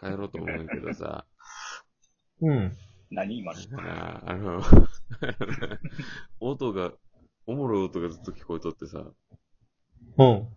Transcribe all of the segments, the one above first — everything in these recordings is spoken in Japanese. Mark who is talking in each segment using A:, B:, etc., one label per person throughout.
A: 帰ろうと思うんやけどさ、
B: うん。
C: 何今の
A: あーあの、音が、おもろい音がずっと聞こえとってさ、
B: うん。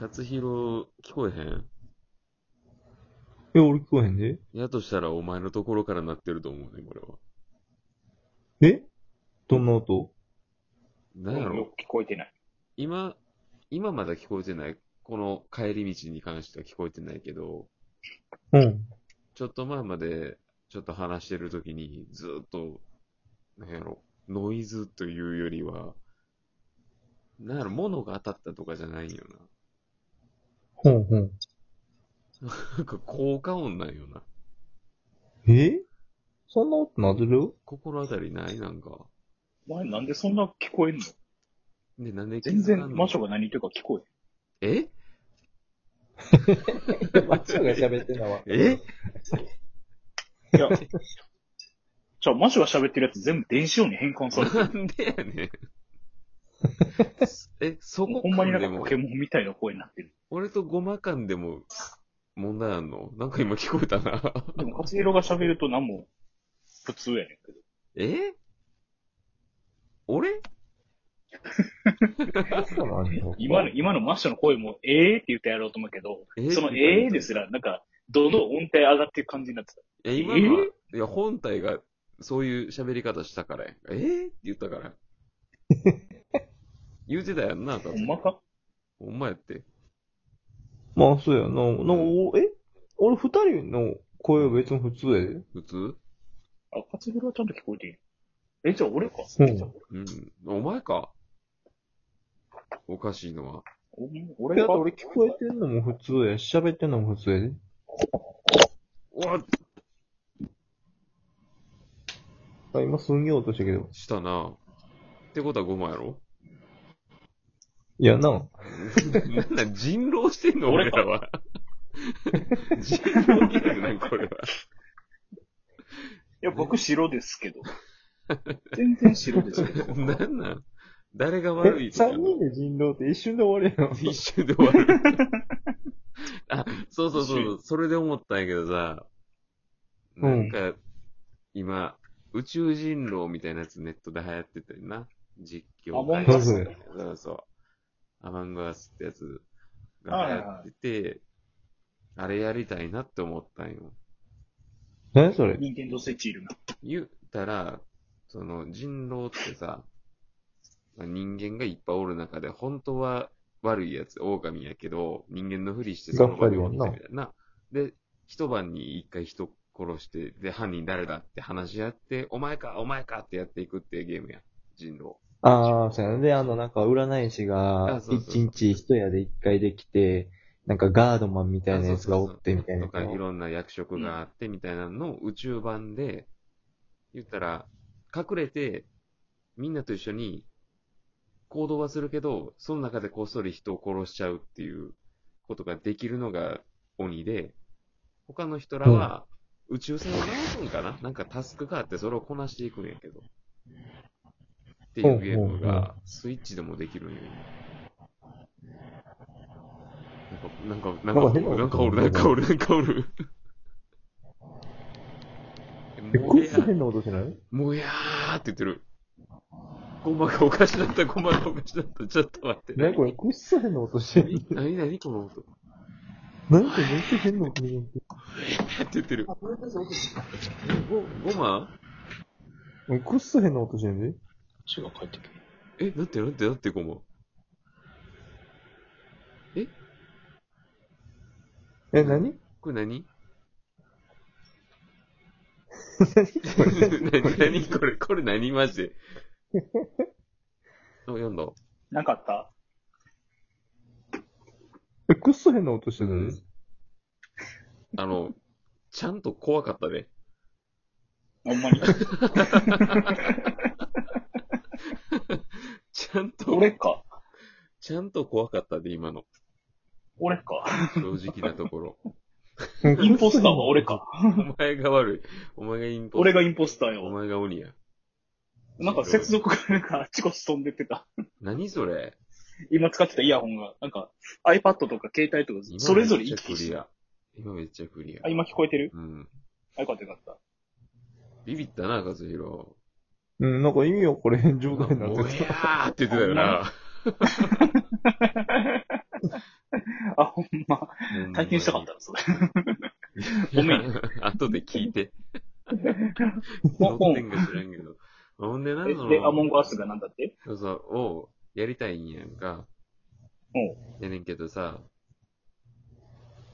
A: 勝弘聞こえへん
B: え、俺聞こえへんで
A: やとしたらお前のところから鳴ってると思うね、これは。
B: えどんな音
A: なんや
C: よ
A: ろ
C: く聞こえてない。
A: 今、今まだ聞こえてない。この帰り道に関しては聞こえてないけど、
B: うん。
A: ちょっと前まで、ちょっと話してる時に、ずーっと、なんやろ、ノイズというよりは、なんやろ、物が当たったとかじゃないんよ
B: ほんほん。
A: な。なんか効果音なんよな。
B: えそんな音なってる
A: 心当たりないなんか。
C: お前なんでそんな聞こえんの
A: で、なんで気
C: 全
A: づかんの
C: 然魔女が何言ってるか聞こ
A: え
B: マッチョが喋ってんのは。
A: え
C: えん。いや、 じゃあ魔女が喋ってるやつ全部電子音に変換されて
A: な
C: る。
A: んでや ねん。え、そこ
C: ほんまになん
A: で
C: か
A: も
C: ポケモンみたいな声になってる。
A: 俺とごま感でも問題あんのなんか今聞こえたな。
C: でも、勝弘が喋ると何も普通やねんけど。
A: え俺
B: そうなんや
C: 今の、今の魔女の声も、ええー、って言ってやろうと思うけど、
A: えー
C: そのええー、ですら、なんか、どんどん音程上がっていく感じになってた。
A: え、今のは、いや、本体がそういう喋り方したからやんか。えー、って言った から。言うてたやんな、多
C: ほん
A: 分。
C: まか
A: ほんまやって。
B: まあ、そうやな。なんかおえ俺二人の声は別に普通やで。
A: 普通
C: あ、勝弘はちゃんと聞こえていいえ、じゃあ俺か。
B: うん
C: じゃあ
A: うん。お前か。おかしいのは。
C: 俺
B: いや、
C: 俺
B: だって
C: か。
B: 俺聞こえてんのも普通や。喋ってんのも普通やで。
A: うわ
B: あ今すんげえ音したけど。
A: したな。ってことはごまやろ
B: いやな。
A: なんなん人狼してんの俺
C: 俺から
A: は。人狼ゲームなんこれは。
C: いや、僕白ですけど。全然白ですけど。
A: なんなん誰が悪
B: え、
A: い
B: 三人で人狼って一瞬で終わりやん。
A: 一瞬で終わる。あ、そうそうそう、それで思ったんやけどさ、なんか、今、宇宙人狼みたいなやつネットで流行ってたよな。実況
C: アモン
B: ガス
A: そうそう。アマンガスってやつが流行ってて、あれやりたいなって思ったんよ。
B: 何それ
C: 任天堂スイッチいるな。
A: 言ったら、その人狼ってさ、まあ人間がいっぱいおる中で、本当は悪いやつ、狼やけど、人間のふりして
B: がっかりはな
A: その場にいるみたいな。で、一晩に一回人殺して、で、犯人誰だって話し合って、お前か、お前かってやっていくっていうゲームや。人狼。
B: ああ、そうやな。で、あの、なんか、占い師
A: あ
B: が、
A: そうそうそう
B: 一日一夜で一回できて、なんか、ガードマンみたいなやつがおって、みたいな
A: と。か、いろんな役職があって、みたいなのを宇宙版で、言ったら、隠れて、みんなと一緒に行動はするけど、その中でこっそり人を殺しちゃうっていうことができるのが鬼で、他の人らは宇宙船を直すんかな、なんかタスクがあってそれをこなしていくんやけど。っていうゲーム
B: ほうほうほ
A: がスイッチでもできるんや。なんか、なんか、なんか、なんかおる、なんかおる、なんかおる。
B: え、
A: も
B: こ
A: う
B: い
A: や
B: つ変な音しない
A: もやーって言ってる。ゴマがおかしなった、ゴマがおかしなった。ちょっと待って。
B: 何これ、こいつ変な音してる。
A: なになにこの音。
B: なんか、めっちゃ変な音してる。
A: って言ってる。ゴ、ゴマ
B: うんこいつ変な音してるね。
C: 血が帰ってくる。
A: え、なんてなんてなんてゴマ。
B: え、何
A: これ何
B: 何これ
A: 何何これこれ何マジで。あ、読んだ。
C: なかった
B: え、こいつ変な音して
A: う
B: るね
A: ん。あの、ちゃんと怖かったね。
C: ほん まに。
A: ちゃんと、
C: 俺か。
A: ちゃんと怖かったで、今の。
C: 俺か。
A: 正直なところ。
B: うん
C: インポスターは俺。か。
A: お前が悪い。お前がインポ
C: 俺がインポスター
A: お
C: よ。
A: 前が鬼や。
C: なんか接続がなんかあっちこっち飛んでってた。
A: 何それ
C: 今使ってたイヤホンが、なんか iPad とか携帯とか
A: 今の
C: それぞれ行き来
A: めっちゃク
C: し
A: リ
C: て。
A: ア。今めっちゃクリア
C: あ、。今聞こえてる
A: うん。
C: あ、よかったよかった。
A: ビビったな、和弘。
B: うん、なんか意味わかれへん
A: お
B: 状
A: や
B: 態になってた。
A: ーって言ってたよな。
C: あ、ほんま。体験したかったな、それ。
A: ごめん。 後で聞い て。
C: 本
A: 本点が知らんけど。ほんでな、その、
C: で、アモンゴアスがなんだって
A: そうそう、をやりたいんやんか。やねんけどさ、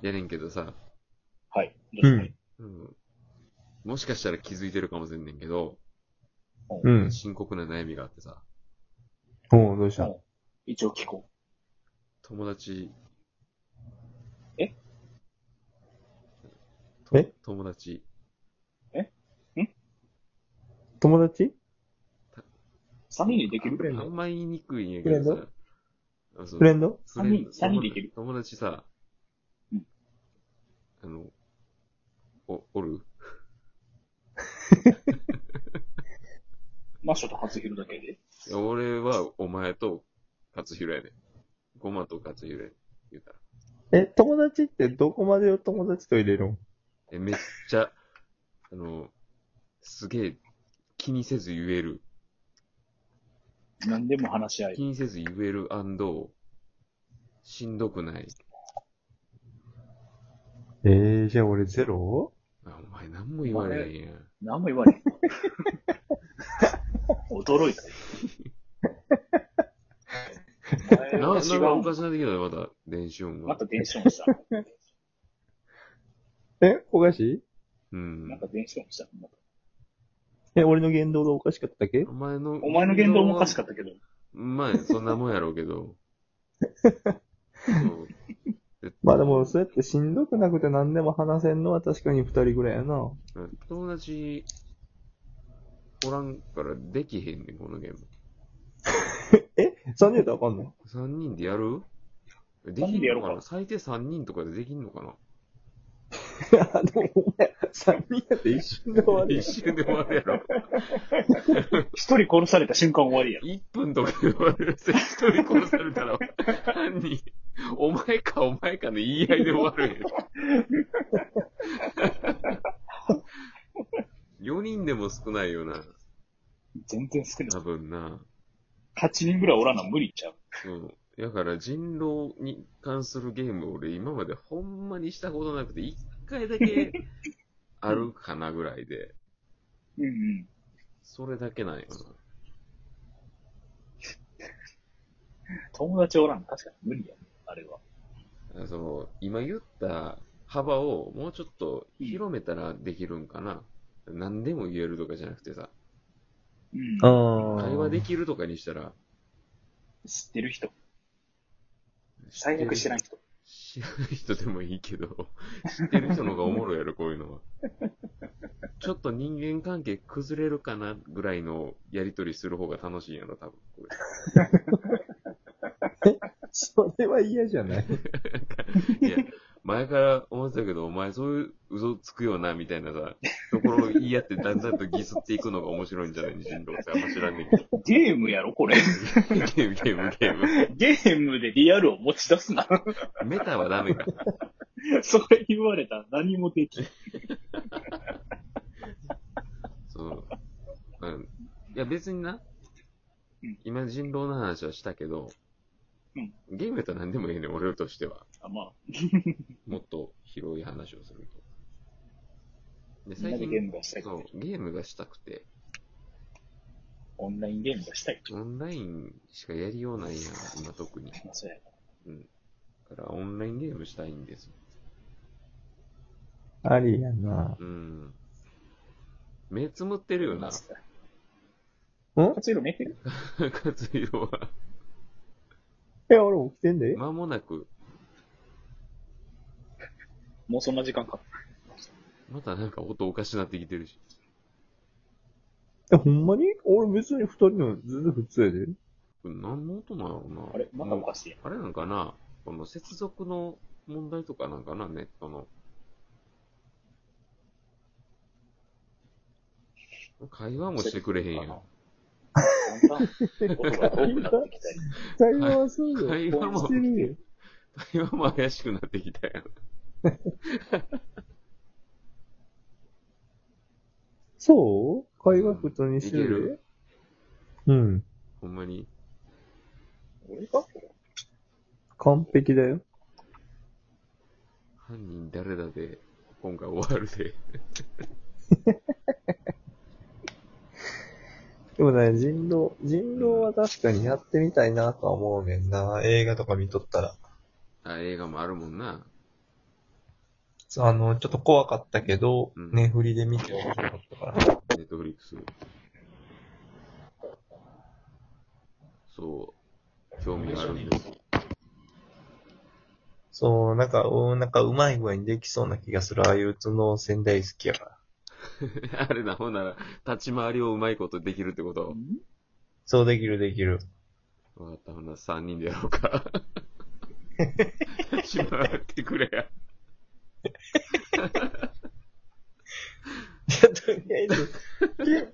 A: やねんけどさ、
C: はい。
B: うん。
A: うん。もしかしたら気づいてるかもしれんねんけど、
B: うん。
A: 深刻な悩みがあってさ、
B: おうどうした
C: 一応聞こ
A: 友達、
C: え
A: と
B: え
A: 友達、
B: 友達
C: う。三人でできる
A: あんま言いにくいんやけど
B: フレ
A: さ、あそう
B: フレンド
A: フレンド
C: 三人三人でいける
A: 友達さ、
C: うん
A: あの、お、おる
C: マッショと初昼だけで。
A: いや俺はお前と勝弘やねん。ゴマと勝弘やねん。言うたら。
B: え、友達ってどこまでを友達と入れるん
A: え、めっちゃ、 あの、すげえ気にせず言える。
C: 何でも話し合え
A: 気
C: る。
A: にせず言えるしんどくない。
B: えー、じゃあ俺ゼロ
A: あ、お前何も言われへんやん。
C: 何も言わない。 驚いた。お前
A: な、
C: は
A: なん
C: 違
A: かお
C: う
A: かしなってきたよ、また、電子音
C: ま
A: が。
C: た電子音した。
B: え、おかしい
A: うん
C: なん。か電子音した。
B: え、俺の言動がおかしかったっけ
A: お前の、
C: お前の言動もおかしかったけど、
A: まあ、そんなもんやろうけど。そう
B: まあでも、そうやってしんどくなくて何でも話せんのは確かに二人ぐらいやな。
A: 友達、おらんからできへんねん、このゲーム。
B: 三人とわかん の
A: 三人でやるで
C: 三
A: き
C: 人でや
A: る
C: ろ
A: のか
C: うか
A: な最低三人とかでできんのかない
B: や、でもお前、三人やって一瞬で終わりや。
A: 一瞬で終わるやろ。
C: 一人殺された瞬間終わりやろ。
A: 一分とかで終わるやつ。一人殺されたら、犯人、お前かお前かの言い合いで終わるやん。4人でも少ないよな、
C: 全然少な
A: 多
C: い。
A: 分な。
C: 8人ぐらいおらな無理ちゃう。
A: そう。だから人狼に関するゲーム俺今までほんまにしたことなくて、一回だけあるかなぐらいで、
C: うんうん。
A: それだけなんよ
C: 友達おらん。確かに無理や。あれは。
A: な。その、今言った幅をもうちょっと広めたらできるんかな。何でも言えるとかじゃなくてさ、
C: うん。
B: あ
A: 会話できるとかにしたら、
C: 知ってる人。最悪知らん人。
A: 知らない人でもいいけど、 知ってる人の方がおもろいやろ、こういうのは。ちょっと人間関係崩れるかなぐらいのやりとりする方が楽しいんやろ、多分。こ
B: それは嫌じゃない
A: れいや、前から思ってたけど、お前そういう嘘つくよな、みたいなさ、ところを言い合ってだんだんとギスっていくのが面白いんじゃない人狼ってあんま知らんねんけど。
C: ゲームやろ、これ。
A: ゲーム、ゲーム、ゲーム。
C: ゲームでリアルを持ち出すな。
A: メタはダメか。
C: それ言われたら何もできん。
A: その、うん。いや別にな
C: うん、
A: 今人狼の話はしたけど、
C: うん
A: ゲームやったら何でもいいねん、俺としては。
C: あまあ、
A: もっと広い話をすると。で、
C: みんな
A: 最
C: で
A: 近、
C: ゲームがしたい。
A: そう、ゲームがしたくて、
C: オンラインゲームがしたい。
A: オンラインしかやりようないやん、今特に。
C: まあ、そうや。
A: うん。だから、オンラインゲームしたいんです。
B: ありやな。
A: うん。目つむってるよな、
B: ん
C: 活用見えてる
A: 勝弘は。
B: え、俺起きてんで
A: 間もなく、
C: もうそんな時間か。
A: またなんか音おかしなってきてるし。
B: え、ほんまに俺別に二人の全然普通やで。
A: これ何の音なのな
C: あれまたおかしいやん。
A: あれなんかなこの接続の問題とかなんかなネットの。会話もしてくれへんやん。
C: だんだん音が遠くなってきたり。
B: 会話はそうよ。
A: 会話も
B: してるよ。
A: 会話も怪しくなってきたやん。
B: そう海外と2
A: い
B: 種
A: け
B: 類。
A: る
B: うん。
A: ほんまに。
C: 俺か
B: 完璧だよ。
A: 犯人誰だで、今回終わるで。
B: でもね、人狼、人狼は確かにやってみたいなとは思うねんな。映画とか見とったら。
A: あ、映画もあるもんな。
B: そうあの、ちょっと怖かったけど、
A: うん
B: ね、振りで見て面白かったから。
A: ネットフリックス。そう。興味があるんです。
B: そう、なんか、うん、なんかうまい具合にできそうな気がする。ああいう頭脳戦大好きやから。
A: あれな、ほんなら、立ち回りをうまいことできるってこと。
B: そうできるできる。
A: わかった、ほんなら3人でやろう か。立ち回ってくれや。
B: いや、とりあえず、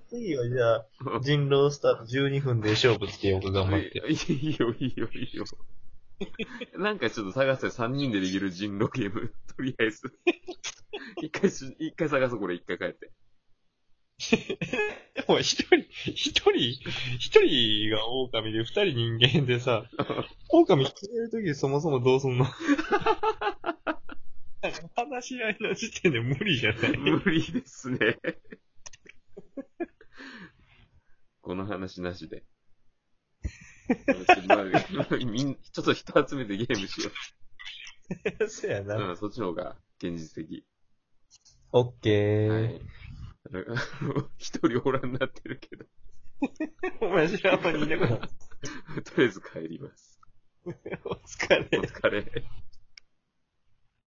B: 次はじゃあ、人狼スタート12分で勝負つけようか、頑張って。
A: いいよ、いいよ、いいよ。なんかちょっと探せ、3人でできる人狼ゲーム。とりあえず。一回し、一回探そう、これ、一回帰って。
B: でも一人、一人、一人が狼で二人人間でさ、狼引き連れるときそもそもどう すんのなんか話し合いの時点で無理じゃない
A: 無理ですね。この話なしで。まあみんちょっと人集めてゲームし よ
B: そうや
A: う。
B: な。
A: うん、そっちの方が現実的。
B: オッケー。
A: はい。 一人おらんなってるけど、
B: お前 知らんまにいなくなった。
A: とりあえず帰ります。
B: お疲
A: お
B: れ。
A: 疲れ。